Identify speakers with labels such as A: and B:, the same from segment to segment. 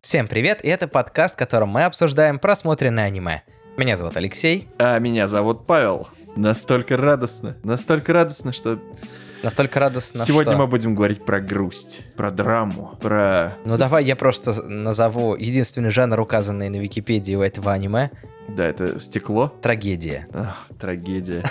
A: Всем привет, и это подкаст, в котором мы обсуждаем просмотренное аниме. Меня зовут Алексей.
B: А меня зовут Павел. Настолько радостно, настолько радостно, что
A: Настолько радостно,
B: сегодня
A: что-
B: мы будем говорить про грусть, про драму, про...
A: Ну давай я просто назову единственный жанр, указанный на Википедии у этого аниме
B: Да, это стекло.
A: — трагедия.
B: Ах, трагедия.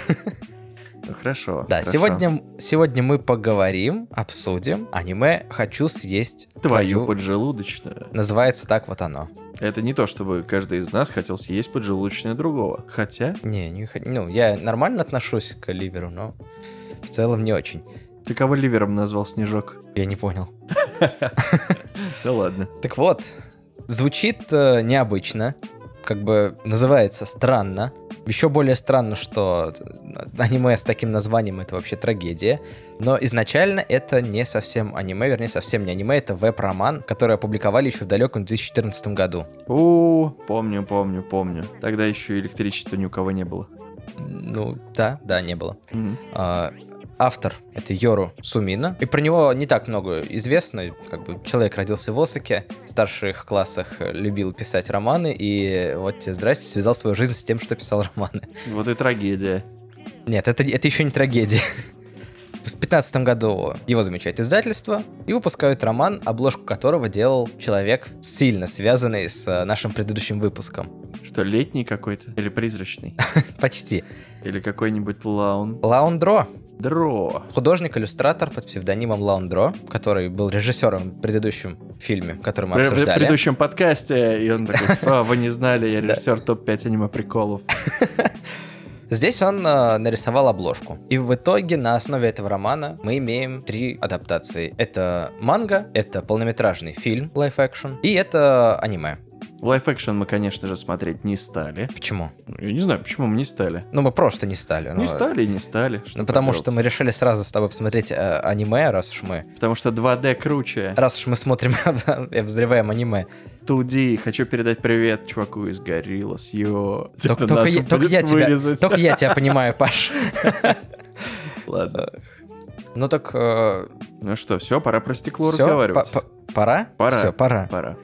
B: Ну хорошо.
A: Да,
B: хорошо.
A: сегодня, сегодня мы поговорим, обсудим аниме «Хочу съесть
B: Твою поджелудочную.
A: Называется так вот оно.
B: Это не то, чтобы каждый из нас хотел съесть поджелудочное другого. Хотя,
A: Не, не х- ну, я нормально отношусь к ливеру, но в целом не очень.
B: ты кого ливером назвал Снежок?
A: Я не понял.
B: Да ладно.
A: Так вот, звучит э, необычно, как бы называется странно. Еще более странно, что э, аниме с таким названием это вообще трагедия. Но изначально это не совсем аниме, вернее, совсем не аниме, это веб-роман, который опубликовали еще в далеком 2014 году.
B: У, помню, помню, помню. Тогда еще электричества ни у кого не было.
A: Ну, да, да, не было.
B: Мгм.
A: А, Автор — это Йору Сумина. И про него не так много известно. Как бы человек родился в Осаке, в старших классах э, любил писать романы, и вот тебе здрасте, связал свою жизнь с тем, что писал романы.
B: Вот и трагедия.
A: Нет, это, это еще не трагедия. В 15 году его замечает издательство и выпускают роман, обложку которого делал человек, сильно связанный с э, нашим предыдущим выпуском.
B: Что, летний какой-то? Или призрачный?
A: Почти.
B: Или какой-нибудь лаун?
A: Лаундро.
B: Дро.
A: Художник-иллюстратор под псевдонимом Лаундро, который был режиссером в предыдущем фильме, который мы
B: При- В
A: обсуждали.
B: предыдущем подкасте, и он такой, типа, «А, вы не знали, я
A: Да.
B: режиссер топ-5 аниме-приколов.
A: Здесь он э, нарисовал обложку. И в итоге на основе этого романа мы имеем три адаптации. Это манга, это полнометражный фильм, лайф-экшн, и это аниме.
B: Лайф-экшн мы, конечно же, смотреть не стали.
A: Почему?
B: Ну, Я не знаю, почему мы не стали.
A: Ну, мы просто не стали.
B: Не стали и не стали.
A: Ну, потому что мы
B: поделать?
A: решили сразу с тобой посмотреть э, аниме, раз уж мы...
B: Потому что 2D круче.
A: Раз уж мы смотрим и обозреваем аниме.
B: 2D. Хочу передать привет чуваку из Гориллас. Йо.
A: Только,
B: Это
A: только
B: надо
A: я, только
B: будет
A: я тебя,
B: вырезать.
A: только я тебя понимаю, Паш.
B: Ладно.
A: Ну так э,
B: Ну что, все, пора про стекло
A: Всё,
B: разговаривать.
A: по- по- Пора?
B: Пора.
A: Все, пора.
B: Пора.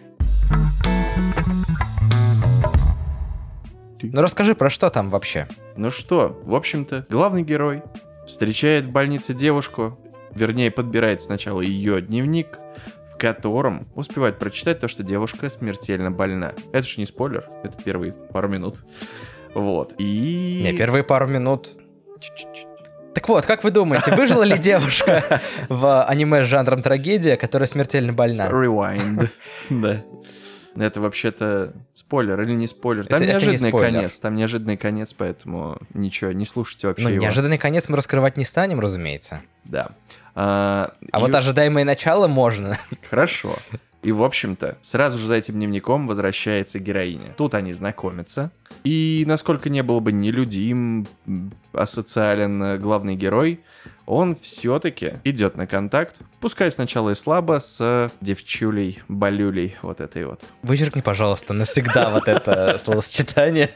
A: Ну расскажи, про что там вообще?
B: Ну что, в общем-то, главный герой встречает в больнице девушку, вернее, подбирает сначала ее дневник, в котором успевает прочитать то, что девушка смертельно больна. Это же не спойлер, это первые пару минут. Вот. И...
A: Не, первые пару минут.
B: Ч-ч-ч.
A: Так вот, как вы думаете, выжила ли девушка в аниме с жанром трагедия, которая смертельно больна?
B: Rewind. Да. Это вообще-то спойлер или не спойлер? Там
A: Это- это не
B: неожиданный
A: спойлер.
B: конец, там неожиданный конец, поэтому ничего, не слушайте вообще
A: Ну,
B: его.
A: неожиданный конец мы раскрывать не станем, разумеется.
B: Да. А,
A: А
B: и-
A: вот ожидаемое начало можно.
B: Хорошо. И, в общем-то, сразу же за этим дневником возвращается героиня. Тут они знакомятся. И насколько не было бы нелюдим, м, асоциален э, главный герой, он все-таки идет на контакт, пускай сначала и слабо, с э, девчулей, балюлей вот этой вот.
A: Вычеркни, пожалуйста, навсегда вот это словосочетание.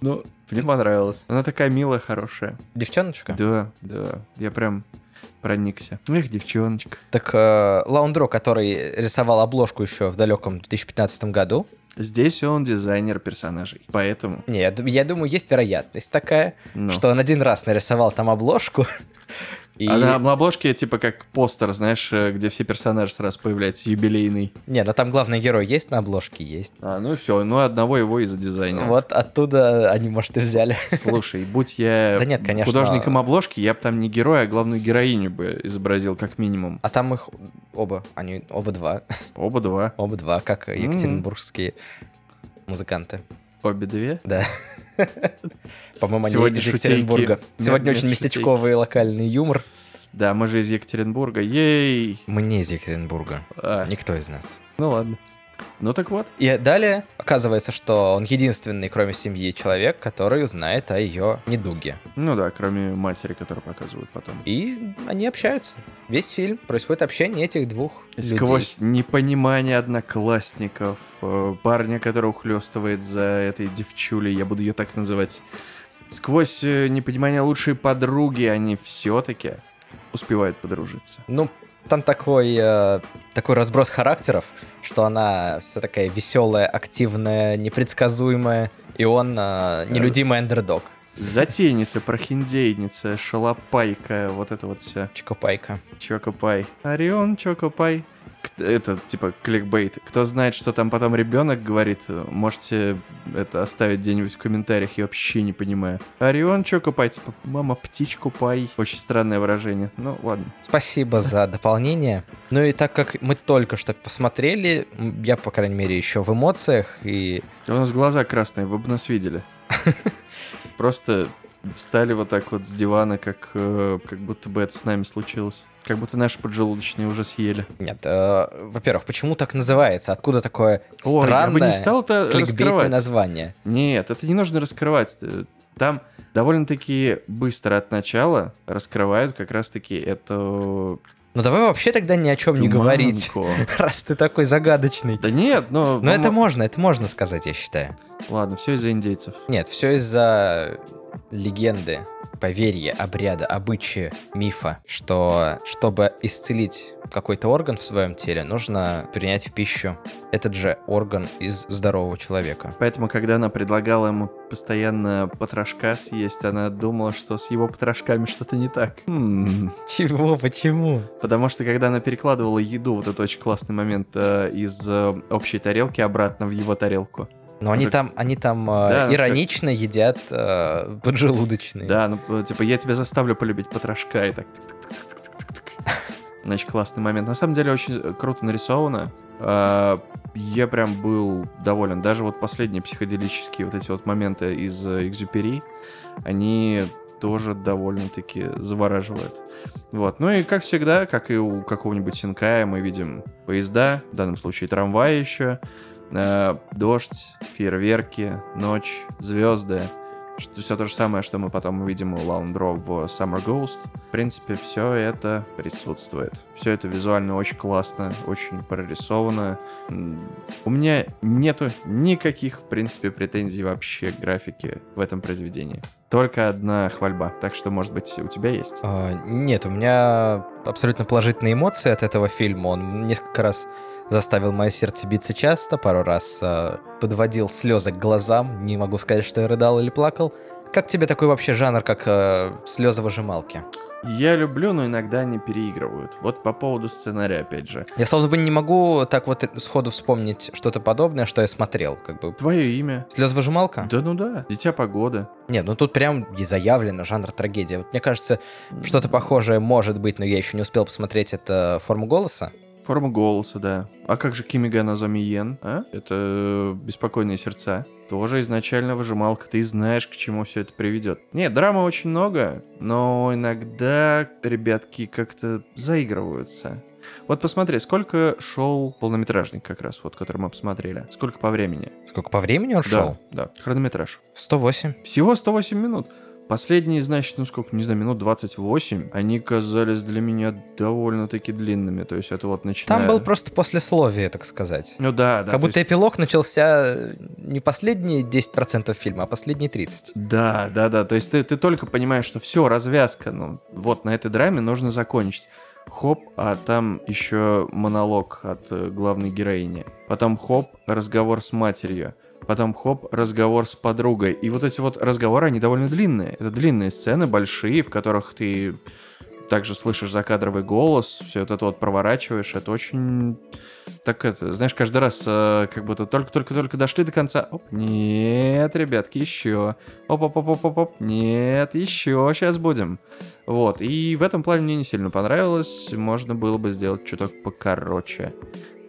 B: Ну, мне понравилось. Она такая милая, хорошая.
A: Девчоночка?
B: Да, да. Я прям проникся. Эх, девчоночка.
A: Так э, Лаундро, который рисовал обложку еще в далеком 2015 году,
B: Здесь он дизайнер персонажей. Поэтому...
A: не, я, ду- я думаю, есть вероятность такая,
B: ну.
A: что он один раз нарисовал там обложку. И...
B: А на, на обложке типа как постер, знаешь, э, где все персонажи сразу появляются, юбилейный.
A: Не, ну там главный герой есть на обложке, есть.
B: А, ну и все, ну одного его и задизайнил.
A: Вот оттуда они, может, и взяли.
B: Слушай, будь я
A: Да нет, конечно.
B: художником обложки, я бы там не героя, а главную героиню бы изобразил, как минимум.
A: А там их оба, они оба два,
B: Оба два.
A: оба два, как
B: Мгм.
A: екатеринбургские музыканты.
B: Обе две.
A: Да. По-моему, они
B: Сегодня
A: из Екатеринбурга.
B: шутейки.
A: Сегодня
B: Нет,
A: очень
B: нет, шутейки.
A: местечковый локальный юмор.
B: Да, мы же из Екатеринбурга. Ей!
A: Мы не из Екатеринбурга.
B: А,
A: Никто из нас.
B: ну ладно. Ну так вот.
A: И далее оказывается, что он единственный, кроме семьи, человек, который знает о ее недуге.
B: Ну да, кроме матери, которую показывают потом.
A: И они общаются. Весь фильм происходит общение этих двух людей.
B: Сквозь непонимание одноклассников, э, парня, который ухлестывает за этой девчулей, я буду ее так называть. Сквозь э, непонимание лучшей подруги они все-таки успевает подружиться.
A: Ну, там такой, э, такой разброс характеров, что она вся такая веселая, активная, непредсказуемая, и он э, нелюдимый андердог.
B: Затейница, прохиндейница, шалопайка, вот это вот все.
A: Чикопайка.
B: Чокопай. Орион, Чокопай. К- Это типа кликбейт. Кто знает, что там потом ребенок говорит, можете это оставить где-нибудь в комментариях, я вообще не понимаю. Орион, Чокопай, типа, мама, птичку пай. Очень странное выражение. Ну, ладно.
A: Спасибо за дополнение. Ну и так как мы только что посмотрели, м, я, по крайней мере, еще в эмоциях, и
B: У нас глаза красные, вы бы нас видели. Просто встали вот так вот с дивана, как, э, как будто бы это с нами случилось. Как будто наши поджелудочные уже съели.
A: нет, э, во-первых, почему так называется? Откуда такое
B: Ой, я бы
A: странное
B: не стал это
A: кликбейтное
B: раскрывать.
A: название?
B: Нет, это не нужно раскрывать. Э, Там довольно-таки быстро от начала раскрывают как раз-таки эту...
A: Ну давай вообще тогда ни о чем не говорить,
B: туманку.
A: раз ты такой загадочный.
B: Да нет, но...
A: Но
B: ну,
A: это
B: м-
A: можно, это можно сказать, я считаю.
B: Ладно, все из-за индейцев.
A: Нет, все из-за легенды, поверья, обряда, обычая, мифа, что чтобы исцелить какой-то орган в своем теле, нужно принять в пищу этот же орган из здорового человека.
B: Поэтому, когда она предлагала ему постоянно потрошка съесть, она думала, что с его потрошками что-то не так. М.
A: Чего? Почему?
B: Потому что, когда она перекладывала еду, вот это очень классный момент, э, из э, общей тарелки обратно в его тарелку.
A: Но они
B: Так-
A: там, они там э,
B: Да, ну, она
A: иронично едят э, поджелудочные.
B: Да, ну, э, типа, я тебя заставлю полюбить потрошка, и так... тык-тык-тык-тык-тык-тык. Значит, классный момент. На самом деле, очень э, круто нарисовано. А, Я прям был доволен. Даже вот последние психоделические вот эти вот моменты из э, Экзюпери, они тоже довольно-таки завораживают. Вот. Ну и, как всегда, как и у какого-нибудь Синкая, мы видим поезда, в данном случае трамвай еще, э, дождь, фейерверки, ночь, звезды, что все то же самое, что мы потом увидим у Лаундро в Summer Ghost. В принципе, все это присутствует. Все это визуально очень классно, очень прорисовано. М, У меня нету никаких, в принципе, претензий вообще к графике в этом произведении. Только одна хвальба. Так что, может быть, у тебя есть?
A: А, Нет, у меня абсолютно положительные эмоции от этого фильма. Он несколько раз заставил мое сердце биться часто, пару раз а, подводил слезы к глазам. Не могу сказать, что я рыдал или плакал. Как тебе такой вообще жанр, как а, слезовыжималки?
B: Я люблю, но иногда они переигрывают. Вот по поводу сценария, опять же.
A: Я словно бы не могу так вот сходу вспомнить что-то подобное, что я смотрел, как бы.
B: Твое имя?
A: Слезовыжималка?
B: Да ну да. Дитя погоды.
A: Нет, ну тут прям и заявлено жанр трагедия. Вот мне кажется, что-то похожее может быть, но я еще не успел посмотреть это э, форму голоса.
B: Форма голоса, да. А как же Кимига Назами Йен, а? Это «Беспокойные сердца». Тоже изначально выжималка, ты знаешь, к чему все это приведет. Нет, драмы очень много, но иногда ребятки как-то заигрываются. Вот посмотри, сколько шел полнометражник как раз, вот который мы посмотрели. Сколько по времени?
A: Сколько по времени он шел?
B: Да, да, хронометраж.
A: 108.
B: Всего 108 минут. Последние, значит, ну сколько, не знаю, минут 28, они казались для меня довольно-таки длинными. То есть это вот начиная...
A: Там был просто послесловие, так сказать.
B: Ну да,
A: как
B: да. то
A: будто
B: есть-
A: эпилог начался э, не последние 10% фильма, а последние 30.
B: Да, да, да. То есть ты, ты только понимаешь, что все, развязка. Ну, вот на этой драме нужно закончить. Хоп, а там еще монолог от э, главной героини. Потом хоп, разговор с матерью. Потом хоп, разговор с подругой. И вот эти вот разговоры, они довольно длинные. Это длинные сцены, большие, в которых ты также слышишь закадровый голос, все вот это вот проворачиваешь, это очень... Так это, знаешь, каждый раз э, как будто только-только-только дошли до конца. Оп, нет, ребятки, еще. Оп-оп-оп-оп-оп, нет, еще, сейчас будем. Вот, и в этом плане мне не сильно понравилось, можно было бы сделать чуток покороче,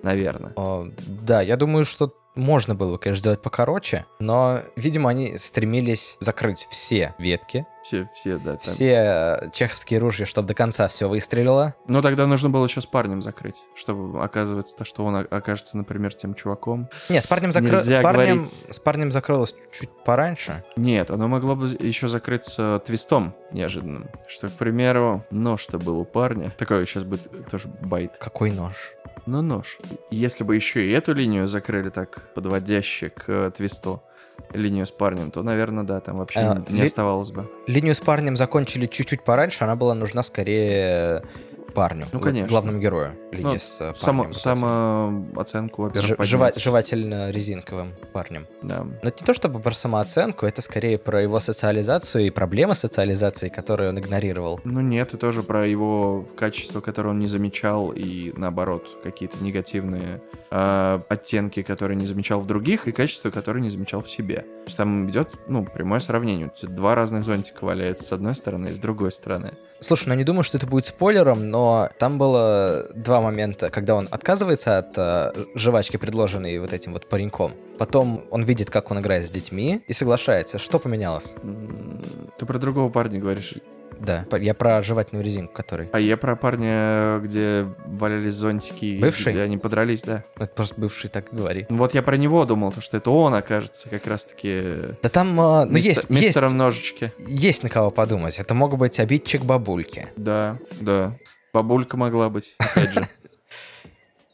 B: наверное.
A: О, да, я думаю, что можно было бы, конечно, сделать покороче, но, видимо, они стремились закрыть все ветки,
B: Все, все, да. там.
A: все э, чеховские ружья, чтобы до конца все выстрелило.
B: Но тогда нужно было еще с парнем закрыть, чтобы оказывается то, что он о- окажется, например, тем чуваком.
A: Не, с парнем, закры-
B: Нельзя
A: с парнем,
B: говорить.
A: с парнем закрылось чуть пораньше.
B: Нет, оно могло бы еще закрыться твистом неожиданным. Что, к примеру, нож-то был у парня. Такой сейчас будет тоже байт.
A: Какой нож?
B: Но нож. Если бы еще и эту линию закрыли так, подводяще к э, твисту, линию с парнем, то, наверное, да, там вообще
A: А,
B: не
A: ли-
B: оставалось бы.
A: Линию с парнем закончили чуть-чуть пораньше, она была нужна скорее э, парню,
B: Ну,
A: вот
B: конечно. Ну,
A: главному герою. Линия с э, парнем.
B: Само,
A: вот этим.
B: самооценку,
A: С
B: во-первых,
A: жи- жева-
B: поднять.
A: жевательно-резинковым парнем.
B: Да.
A: Но это не то чтобы про самооценку, это скорее про его социализацию и проблемы социализации, которые он игнорировал.
B: Ну нет, и тоже про его качество, которое он не замечал, и наоборот, какие-то негативные э, оттенки, которые не замечал в других, и качество, которое не замечал в себе. То есть там идет, ну, прямое сравнение. Тут Два разных зонтика валяются с одной стороны и с другой стороны.
A: Слушай, ну я не думаю, что это будет спойлером, но там было два момента, когда он отказывается от э, жвачки, предложенной вот этим вот пареньком. Потом он видит, как он играет с детьми и соглашается. Что поменялось?
B: М, Ты про другого парня говоришь.
A: Да, п- я про жевательную резинку, который...
B: А я про парня, где валялись зонтики, и
A: Бывший?
B: где они подрались, да.
A: Ну, Это просто бывший, так и говори.
B: Ну Вот я про него думал, то, что это он окажется как раз-таки
A: Да там, э, ну
B: мистер-
A: есть, есть,
B: мистером ножички.
A: есть на кого подумать. Это мог быть обидчик бабульки.
B: Да, да. Бабулька могла быть, опять же.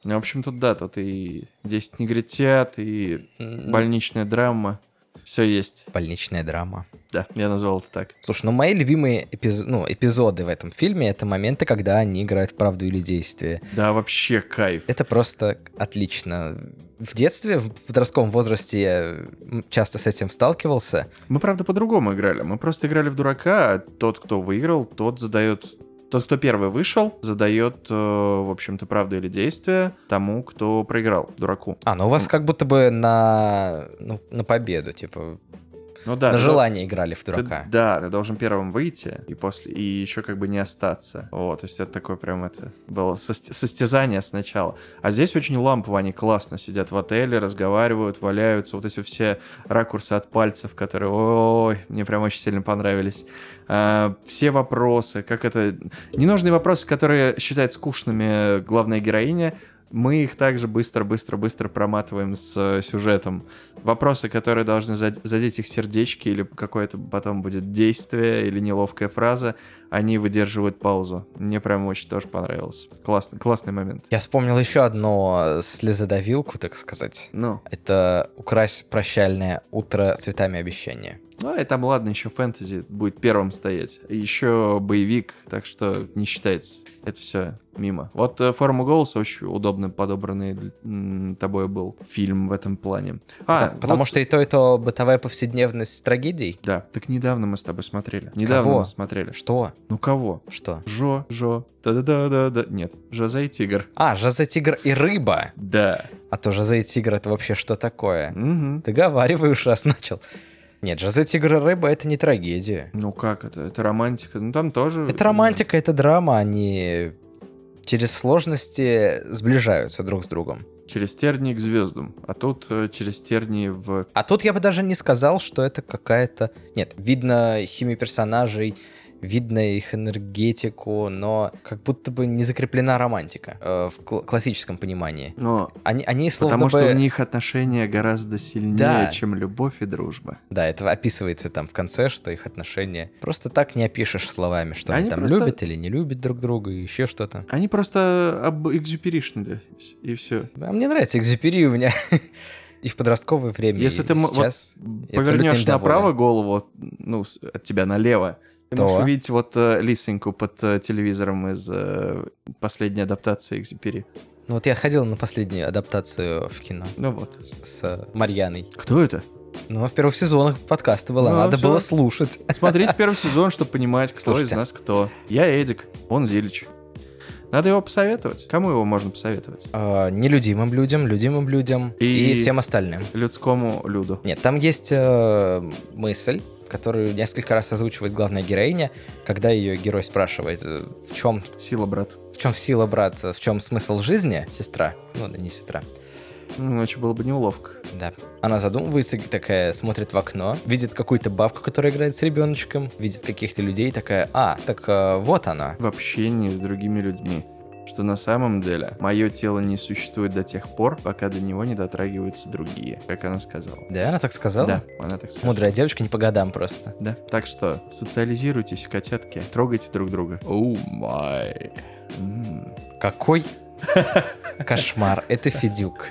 B: Ну, В общем, тут да, тут и 10 негритят, и
A: М,
B: больничная драма. Все есть.
A: Больничная драма.
B: Да, я назвал это так.
A: Слушай, ну мои любимые эпиз- ну, эпизоды в этом фильме это моменты, когда они играют в правду или действие.
B: Да, вообще кайф.
A: Это просто отлично. В детстве, в подростковом возрасте я м, часто с этим сталкивался.
B: Мы, правда, по-другому играли. Мы просто играли в дурака, а тот, кто выиграл, тот задает... Тот, кто первый вышел, задает, э, в общем-то, правду или действие тому, кто проиграл, дураку.
A: А, ну у вас
B: М.
A: как будто бы на, ну, на победу, типа,
B: Ну да.
A: на
B: ты
A: желание играли в
B: дол- ты-
A: дурака.
B: да, ты должен первым выйти и после и еще как бы не остаться. Вот, то есть это такое прям это было сости- состязание сначала. А здесь очень лампово, они классно сидят в отеле, разговаривают, валяются, вот эти все ракурсы от пальцев, которые, ой, мне прям очень сильно понравились. А, все вопросы, как это... Ненужные вопросы, которые считает скучными главная героиня, мы их также быстро-быстро-быстро проматываем с э, сюжетом. Вопросы, которые должны зад- задеть их сердечки, или какое-то потом будет действие, или неловкая фраза, они выдерживают паузу. Мне прям очень тоже понравилось. Классный, классный момент.
A: Я вспомнил еще одну э, слезодавилку, так сказать.
B: Ну,
A: Это «Укрась прощальное утро цветами обещания».
B: ну и там, ладно, еще фэнтези будет первым стоять. И Еще боевик, так что не считается. Это все мимо. Вот э, «Форма голоса» очень удобно подобранный для- м, тобой был фильм в этом плане. А,
A: Пот- Потому
B: вот-
A: что и то, и то бытовая повседневность с трагедией.
B: Да, так недавно мы с тобой смотрели. Недавно
A: Кого?
B: мы смотрели.
A: Что?
B: Ну кого?
A: Что?
B: Жо, Жо, да-да-да-да-да. Нет, Жозе и Тигр.
A: А, Жозе Тигр и рыба.
B: Да.
A: А то Жозе и Тигр это вообще что такое?
B: Мгм.
A: Договаривай уж раз начал. Нет, Жозе Тигр и рыба это не трагедия.
B: Ну как это? Это романтика. Ну там тоже...
A: Это романтика, это драма, они через сложности сближаются друг с другом.
B: Через тернии к звездам. А тут э, через тернии в...
A: А тут я бы даже не сказал, что это какая-то... Нет, видно химию персонажей, видно их энергетику, но как будто бы не закреплена романтика э, в кл- классическом понимании.
B: Но...
A: Они, они Ну, словно
B: Потому что
A: бы-
B: у них отношения гораздо сильнее,
A: Да.
B: чем любовь и дружба.
A: Да, это описывается там в конце, что их отношения. Просто так не опишешь словами, что они,
B: Они
A: там
B: просто-
A: любят или не любят друг друга, и еще что-то.
B: Они просто об экзюперишнулись, и все.
A: А мне нравится экзюпери у меня и в подростковое время,
B: Если
A: и
B: ты м-
A: сейчас. Я
B: повернешь
A: абсолютно
B: направо
A: недоволен.
B: голову, ну, с- от тебя налево, ты
A: То.
B: можешь увидеть вот э, лисеньку под э, телевизором из э, последней адаптации «Экзюпери».
A: Ну вот я ходил на последнюю адаптацию в кино
B: Ну вот.
A: с, с Марьяной.
B: Кто это?
A: Ну, а в первых сезонах подкаста была,
B: Ну,
A: надо
B: всё.
A: было слушать.
B: Смотрите первый сезон, чтобы понимать, кто из
A: Слушайте.
B: нас кто. Я Эдик, он Зилич. Надо его посоветовать. Кому его можно посоветовать?
A: А, нелюдимым людям, людимым людям и...
B: И-
A: всем остальным.
B: Людскому Люду.
A: Нет, там есть э, мысль, которую несколько раз озвучивает главная героиня, когда ее герой спрашивает, э, в чем
B: Сила, брат.
A: В чем сила, брат? В чем смысл жизни? Сестра. Ну, да не сестра.
B: Ну, иначе было бы неловко.
A: Да. Она задумывается, такая, смотрит в окно, видит какую-то бабку, которая играет с ребеночком, видит каких-то людей, такая, а, так э, вот она.
B: В общении с другими людьми. Что на самом деле мое тело не существует до тех пор, пока до него не дотрагиваются другие, как она сказала.
A: Да, она так сказала?
B: Да, она так сказала.
A: Мудрая девочка не по годам просто.
B: Да. Так что социализируйтесь, котятки, трогайте друг друга. Оу май. М,
A: Какой кошмар. Это Федюк.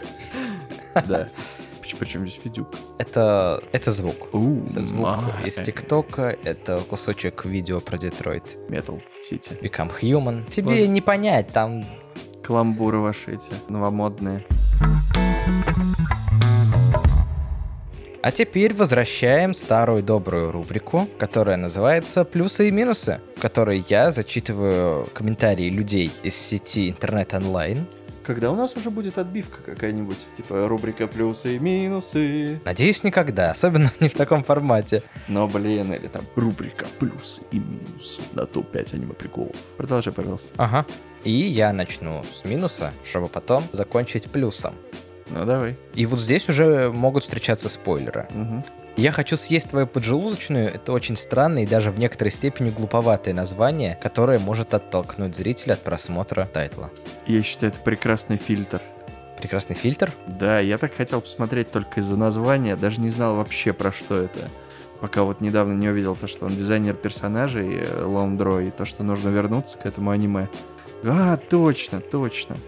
B: Да. Поч- Почему здесь Федюк?
A: Это, это звук.
B: У,
A: Это звук из
B: э,
A: ТикТока, это кусочек видео про Детройт.
B: Метал Сити.
A: Become Human. Тебе
B: Ладно.
A: не понять, там...
B: Каламбуры ваши эти новомодные.
A: А теперь возвращаем старую добрую рубрику, которая называется «Плюсы и минусы», в которой я зачитываю комментарии людей из сети интернет онлайн.
B: Когда у нас уже будет отбивка какая-нибудь? Типа рубрика плюсы и минусы.
A: Надеюсь, никогда, особенно не в таком формате.
B: Но, блин, или там рубрика плюсы и минусы на топ-5 аниме приколов. Продолжай, пожалуйста.
A: Ага. И я начну с минуса, чтобы потом закончить плюсом.
B: Ну, давай.
A: И вот здесь уже могут встречаться спойлеры.
B: Мгм.
A: «Я хочу съесть твою поджелудочную» — это очень странное и даже в некоторой степени глуповатое название, которое может оттолкнуть зрителя от просмотра тайтла.
B: Я считаю, это прекрасный фильтр.
A: Прекрасный фильтр.
B: Да, я так хотел посмотреть только из-за названия, даже не знал вообще про что это. Пока вот недавно не увидел то, что он дизайнер персонажей э, Лондро, и то, что нужно вернуться к этому аниме. А, точно, точно.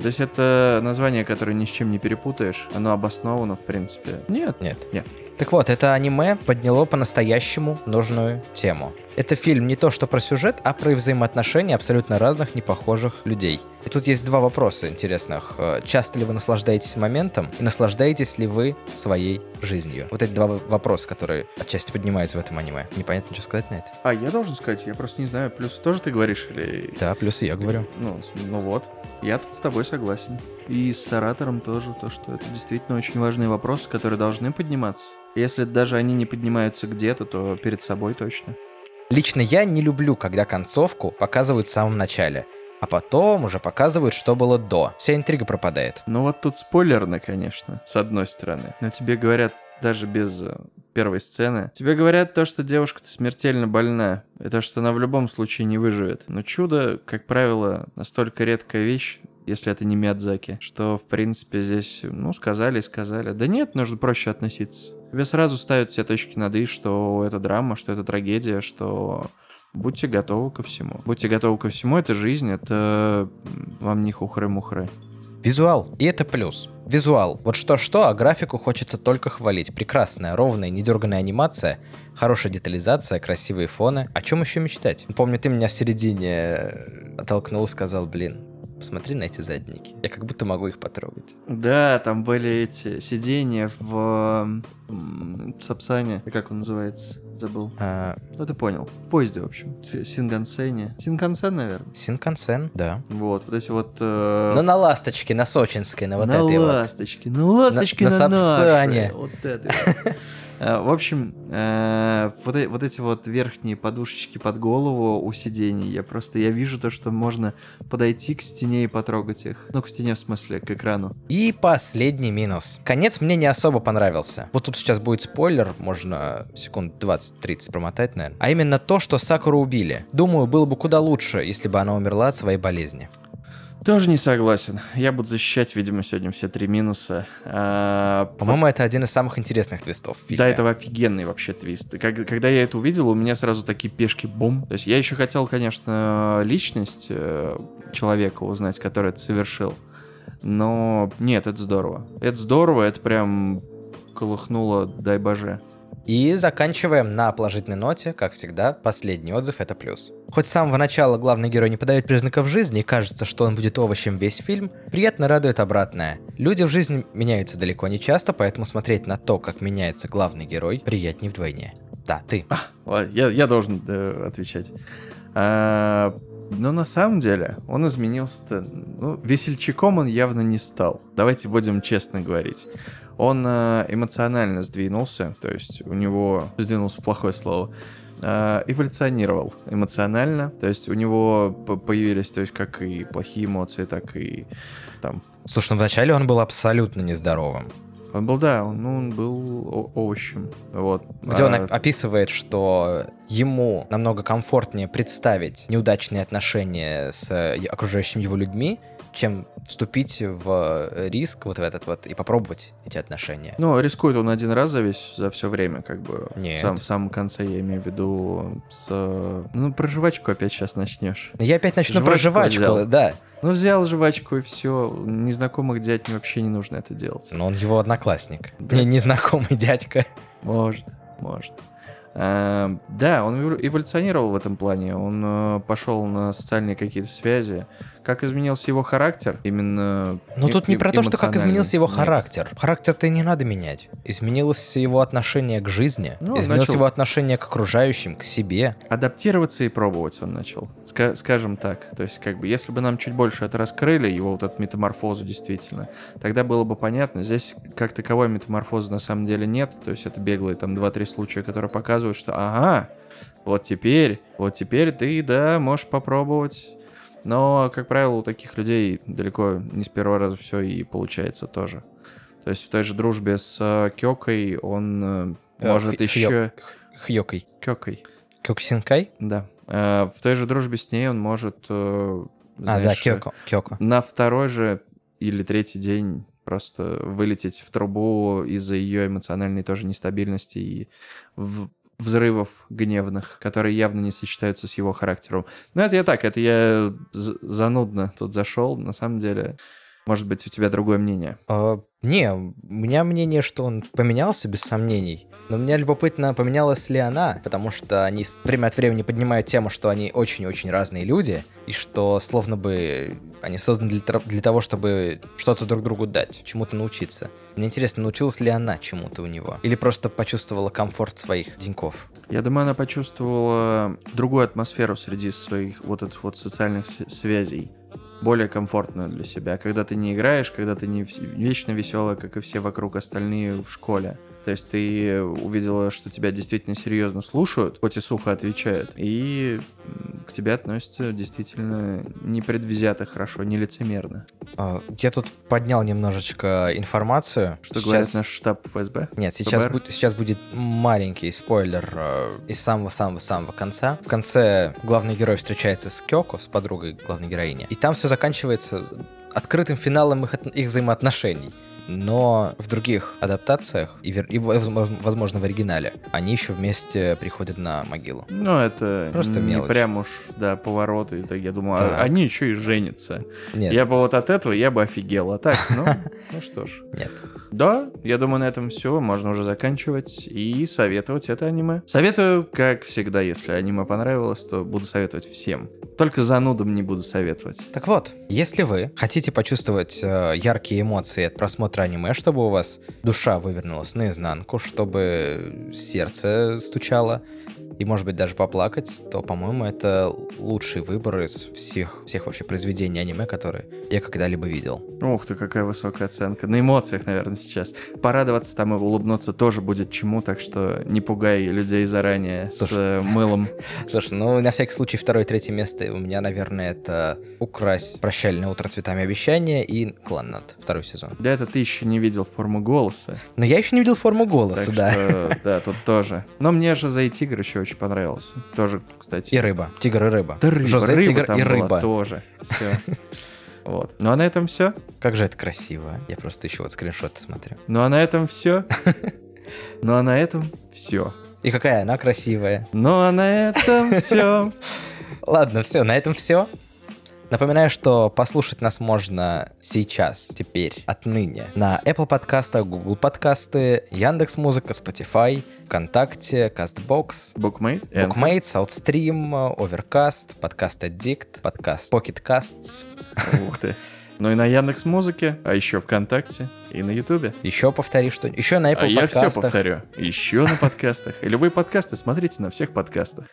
B: То есть это название, которое ни с чем не перепутаешь, оно обосновано, в принципе. Нет.
A: Нет.
B: Нет.
A: Так вот, это аниме подняло по-настоящему нужную тему. Это фильм не то что про сюжет, а про взаимоотношения абсолютно разных непохожих людей. И тут есть два вопроса интересных. Э, Часто ли вы наслаждаетесь моментом и наслаждаетесь ли вы своей жизнью? Вот эти два в- вопроса, которые отчасти поднимаются в этом аниме. Непонятно, что сказать на это.
B: А, я должен сказать, я просто не знаю, плюс тоже ты говоришь или...
A: Да, плюс я говорю.
B: Ну, с- ну вот. Я тут с тобой согласен. И с оратором тоже, то, что это действительно очень важные вопросы, которые должны подниматься. Если даже они не поднимаются где-то, то перед собой точно.
A: Лично я не люблю, когда концовку показывают в самом начале, а потом уже показывают, что было до. Вся интрига пропадает.
B: Ну вот тут спойлерно, конечно, с одной стороны. Но тебе говорят даже без э, первой сцены. Тебе говорят то, что девушка-то смертельно больна, и то, что она в любом случае не выживет. Но чудо, как правило, настолько редкая вещь, если это не Миядзаки, что, в принципе, здесь, ну, сказали и сказали. Да нет, нужно проще относиться. Тебе сразу ставят все точки над «и», что это драма, что это трагедия, что будьте готовы ко всему. Будьте готовы ко всему, это жизнь, это м, вам не хухры-мухры.
A: Визуал. И это плюс. Визуал. Вот что-что, а графику хочется только хвалить. Прекрасная, ровная, недерганная анимация, хорошая детализация, красивые фоны. О чем еще мечтать? Помню, ты меня в середине э, оттолкнул и сказал, блин, посмотри на эти задники. Я как будто могу их потрогать.
B: Да, там были эти сиденья в м, Сапсане. Как он называется? Забыл.
A: А,
B: Ну ты понял. В поезде, в общем. С- Сингансене. Сингансен, наверное.
A: Синкансен, да.
B: Вот, вот эти вот... э,
A: Но Ну, на ласточке, на сочинской, на вот
B: на
A: этой вот.
B: ласточке, на ласточке,
A: на
B: на, нашей.
A: Сапсане.
B: Вот это. вот. А, В общем, э, вот э- вот эти вот верхние подушечки под голову у сидений, я просто, я вижу то, что можно подойти к стене и потрогать их. Ну, к стене в смысле, к экрану.
A: И последний минус. Конец мне не особо понравился. Вот тут сейчас будет спойлер, можно секунд 20-30 промотать, наверное. А именно то, что Сакуру убили. Думаю, было бы куда лучше, если бы она умерла от своей болезни.
B: Тоже не согласен. Я буду защищать, видимо, сегодня все три минуса. А,
A: По-моему, это один из самых интересных твистов в фильме.
B: До этого офигенный вообще твист. И как- когда я это увидел, у меня сразу такие пешки бум. То есть я еще хотел, конечно, личность э, человека узнать, который это совершил. Но нет, это здорово. Это здорово, это прям колыхнуло, дай боже.
A: И заканчиваем на положительной ноте, как всегда, последний отзыв это плюс. Хоть с самого начала главный герой не подает признаков жизни и кажется, что он будет овощем весь фильм, приятно радует обратное. Люди в жизни меняются далеко не часто, поэтому смотреть на то, как меняется главный герой, приятнее вдвойне. Да, ты.
B: Ладно, я, я должен э, отвечать. А, но на самом деле он изменился-то... Ну, весельчаком он явно не стал. Давайте будем честно говорить. Он э, эмоционально сдвинулся, то есть у него... Сдвинулся плохое слово. Э, эволюционировал эмоционально, то есть у него п- появились, то есть как и плохие эмоции, так и там
A: Слушай, ну вначале он был абсолютно нездоровым.
B: он был, да, он, ну, он был о- овощем, вот.
A: Где он
B: А,
A: оп- описывает, что ему намного комфортнее представить неудачные отношения с э, окружающими его людьми, чем вступить в э, риск вот в этот вот и попробовать эти отношения.
B: Ну, рискует он один раз за весь, за все время, как бы.
A: Нет.
B: В, сам- в самом конце я имею в виду с... э, Ну, про жвачку опять сейчас начнешь.
A: Я опять начну про
B: Жвачку
A: жвачку,
B: взял.
A: да.
B: Ну взял жвачку и все. Незнакомых дядь вообще не нужно это делать.
A: Но он его одноклассник.
B: Да.
A: Не, незнакомый дядька.
B: Может, может. А, да, он эволю- эволюционировал в этом плане. Он э, пошел на социальные какие-то связи. Как изменился его характер? Именно.
A: Но
B: э-
A: Ну, тут не
B: э-
A: про то, что как
B: эмоциональный.
A: изменился его
B: Нет.
A: характер. Характер-то и не надо менять. Изменилось его отношение к жизни,
B: Ну, он
A: изменилось
B: начал-
A: его отношение к окружающим, к себе.
B: Адаптироваться и пробовать он начал. Ска- скажем так. То есть, как бы, если бы нам чуть больше это раскрыли, его вот эту метаморфозу действительно, тогда было бы понятно. Здесь как таковой метаморфозы на самом деле нет. То есть, это беглые там 2-3 случая, которые показывают, что ага, вот теперь, вот теперь ты, да, можешь попробовать. Но, как правило, у таких людей далеко не с первого раза все и получается тоже. То есть в той же дружбе с э, Кёкой он э, может
A: Э, Хьё-
B: еще...
A: Х- Хьёкой.
B: Кёкой.
A: Кёкусинкай?
B: Да. Э, В той же дружбе с ней он может... э,
A: А, да,
B: знаешь,
A: Кёко. Кёко.
B: На второй же или третий день просто вылететь в трубу из-за ее эмоциональной тоже нестабильности и в- взрывов гневных, которые явно не сочетаются с его характером. Но это я так, это я з- занудно тут зашел. На самом деле, может быть, у тебя другое мнение.
A: А, не, у меня мнение, что он поменялся, без сомнений. Но меня любопытно, поменялась ли она, потому что они с- время от времени поднимают тему, что они очень-очень разные люди, и что словно бы они созданы для, тро- для того, чтобы что-то друг другу дать, чему-то научиться. Мне интересно, научилась ли она чему-то у него? Или просто почувствовала комфорт своих деньков?
B: Я думаю, она почувствовала другую атмосферу среди своих вот этих вот социальных с- связей. Более комфортную для себя. Когда ты не играешь, когда ты не вс- вечно веселая, как и все вокруг остальные в школе. То есть ты увидела, что тебя действительно серьезно слушают, хоть и сухо отвечают, и м, к тебе относятся действительно непредвзято хорошо, нелицемерно.
A: А, я тут поднял немножечко информацию.
B: Что
A: Сейчас-
B: говорит наш штаб ФСБ?
A: Нет, сейчас,
B: ФБР?
A: будет, сейчас будет маленький спойлер э, из самого-самого-самого конца. В конце главный герой встречается с Кёко, с подругой главной героини, и там все заканчивается открытым финалом их, от- их взаимоотношений. Но в других адаптациях, и, вер- и возможно, возможно, в оригинале, они еще вместе приходят на могилу.
B: Ну, это
A: Просто
B: не
A: мелочь.
B: прям уж, да, повороты. Это, я думаю, а-
A: Так.
B: они еще и женятся.
A: Нет,
B: Я бы вот от этого, я бы офигел. А так, ну, ну что ж.
A: нет.
B: Да, я думаю, на этом все. Можно уже заканчивать и советовать это аниме. Советую, как всегда, если аниме понравилось, то буду советовать всем. Только занудам не буду советовать.
A: Так вот, если вы хотите почувствовать э, яркие эмоции от просмотра аниме, чтобы у вас душа вывернулась наизнанку, чтобы сердце стучало и, может быть, даже поплакать, то, по-моему, это лучший выбор из всех, всех вообще произведений аниме, которые я когда-либо видел.
B: Ух ты, какая высокая оценка. На эмоциях, наверное, сейчас. Порадоваться там и улыбнуться тоже будет чему, так что не пугай людей заранее с э, мылом.
A: Слушай, ну, на всякий случай, второе и третье место у меня, наверное, это «Укрась прощальное утро цветами обещания» и «Кланнад» второй сезон.
B: Да это ты еще не видел форму голоса.
A: Но я еще не видел форму голоса,
B: Так
A: да.
B: что, да, тут тоже. Но мне же за и тигр еще очень понравился. Тоже, кстати,
A: И рыба. Тигр и рыба.
B: Да рыба,
A: Жозе,
B: рыба
A: тигр
B: там
A: и
B: была
A: рыба.
B: тоже. Все. Вот. Ну а на этом все.
A: Как же это красиво. Я просто еще вот скриншоты смотрю.
B: Ну а на этом все. Ну а на этом все.
A: И какая она красивая.
B: Ну а на этом все.
A: Ладно, все, на этом все. Напоминаю, что послушать нас можно сейчас, теперь, отныне на Apple подкастах, Google подкасты, Яндекс Музыка, Spotify, ВКонтакте, Castbox,
B: Букмейт.
A: Bookmates, Outstream, Overcast, подкаст Addict, подкаст Pocket Casts,
B: Ух ты. Ну и на Яндекс Музыке, а еще ВКонтакте и на Ютубе.
A: еще повтори что-нибудь, еще на
B: А
A: Apple
B: я все
A: подкастах.
B: повторю. Еще на подкастах. И любые подкасты смотрите на всех подкастах.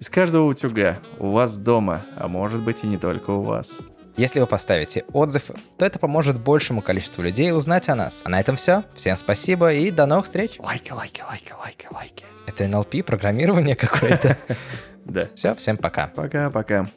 B: Из каждого утюга, у вас дома, а может быть и не только у вас.
A: Если вы поставите отзыв, то это поможет большему количеству людей узнать о нас. А на этом все. Всем спасибо и до новых встреч.
B: Лайки, лайки, лайки, лайки, лайки.
A: Это NLP, программирование какое-то.
B: Да.
A: Все, всем пока.
B: Пока-пока.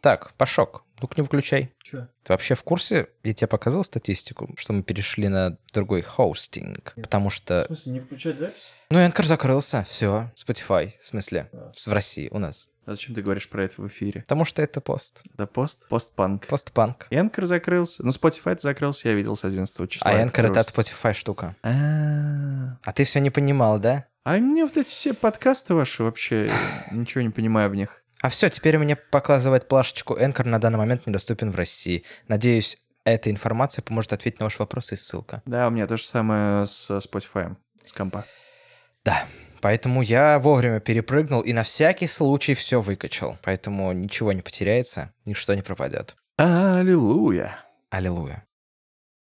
A: Так, Пашок, ну ну-ка не выключай. Ты вообще в курсе? Я тебе показывал статистику, что мы перешли на другой хостинг, потому что...
C: смысле, не включать запись?
A: Ну, Энкор закрылся, все. Spotify, в смысле,
C: А.
A: в в России у нас.
B: А зачем ты говоришь про это в эфире?
A: Потому что это пост.
B: Это пост? Постпанк.
A: Постпанк.
B: Энкер закрылся. Ну, Spotify закрылся, я видел с 11 числа.
A: А Энкор это от
B: просто-
A: Spotify штука.
B: А
A: А ты все не понимал, да?
B: А мне вот эти все подкасты ваши вообще, ничего не понимаю в них.
A: А все, теперь мне показывает плашечку Энкор на данный момент недоступен в России. Надеюсь, эта информация поможет ответить на ваши вопросы и ссылка.
B: Да, у меня то же самое с Spotify, с компа.
A: Поэтому я вовремя перепрыгнул и на всякий случай все выкачал. Поэтому ничего не потеряется, ничто не пропадет.
B: Аллилуйя.
A: Аллилуйя.